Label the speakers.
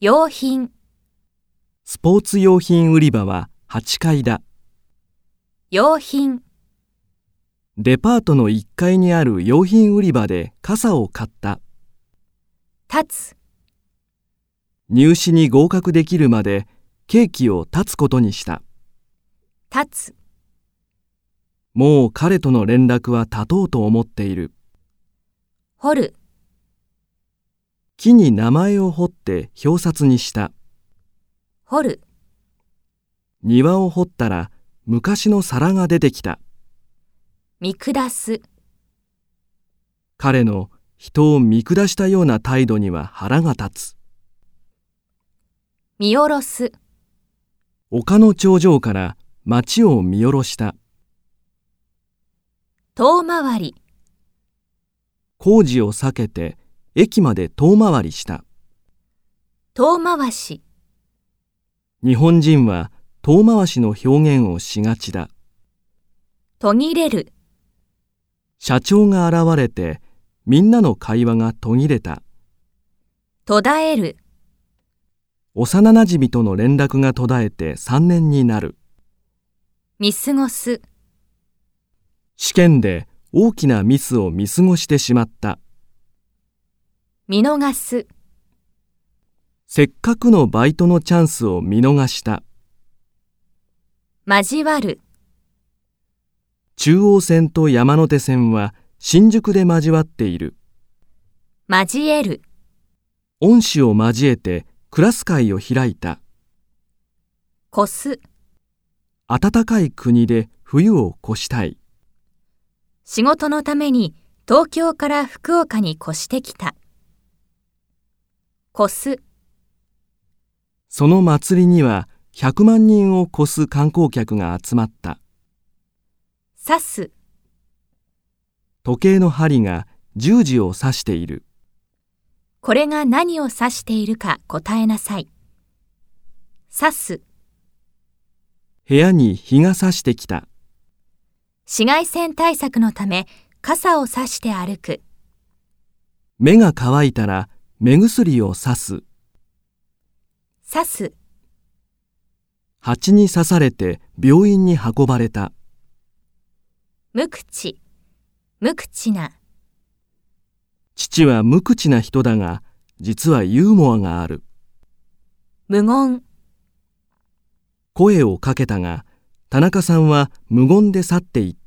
Speaker 1: 用品、
Speaker 2: スポーツ用品売り場は8階だ。
Speaker 1: 用品、
Speaker 2: デパートの1階にある用品売り場で傘を買った。
Speaker 1: 立つ、
Speaker 2: 入試に合格できるまでケーキを断つことにした。
Speaker 1: 立つ、
Speaker 2: もう彼との連絡は断とうと思っている。
Speaker 1: 掘る、
Speaker 2: 木に名前を彫って表札にした。
Speaker 1: 掘る、
Speaker 2: 庭を掘ったら昔の皿が出てきた。
Speaker 1: 見下す、
Speaker 2: 彼の人を見下したような態度には腹が立つ。
Speaker 1: 見下ろす、
Speaker 2: 丘の頂上から街を見下ろした。
Speaker 1: 遠回り、
Speaker 2: 工事を避けて駅まで遠回りした。
Speaker 1: 遠回し、
Speaker 2: 日本人は遠回しの表現をしがちだ。
Speaker 1: 途切れる、
Speaker 2: 社長が現れてみんなの会話が途切れた。
Speaker 1: 途絶える、
Speaker 2: 幼馴染との連絡が途絶えて3年になる。
Speaker 1: 見過ごす、
Speaker 2: 試験で大きなミスを見過ごしてしまった。
Speaker 1: 見逃す、
Speaker 2: せっかくのバイトのチャンスを見逃した。
Speaker 1: 交わる、
Speaker 2: 中央線と山手線は新宿で交わっている。
Speaker 1: 交える、
Speaker 2: 恩師を交えてクラス会を開いた。
Speaker 1: 越す、
Speaker 2: 暖かい国で冬を越したい。
Speaker 1: 仕事のために東京から福岡に越してきた。越す、
Speaker 2: その祭りには100万人を超す観光客が集まった。
Speaker 1: 刺す、
Speaker 2: 時計の針が10時を指している。
Speaker 1: これが何を指しているか答えなさい。刺す、
Speaker 2: 部屋に日が差してきた。
Speaker 1: 紫外線対策のため傘を差して歩く。
Speaker 2: 目が乾いたら目薬を刺す。
Speaker 1: 刺す、
Speaker 2: 蜂に刺されて病院に運ばれた。
Speaker 1: 無口、無口な、
Speaker 2: 父は無口な人だが、実はユーモアがある。
Speaker 1: 無言、
Speaker 2: 声をかけたが、田中さんは無言で去っていった。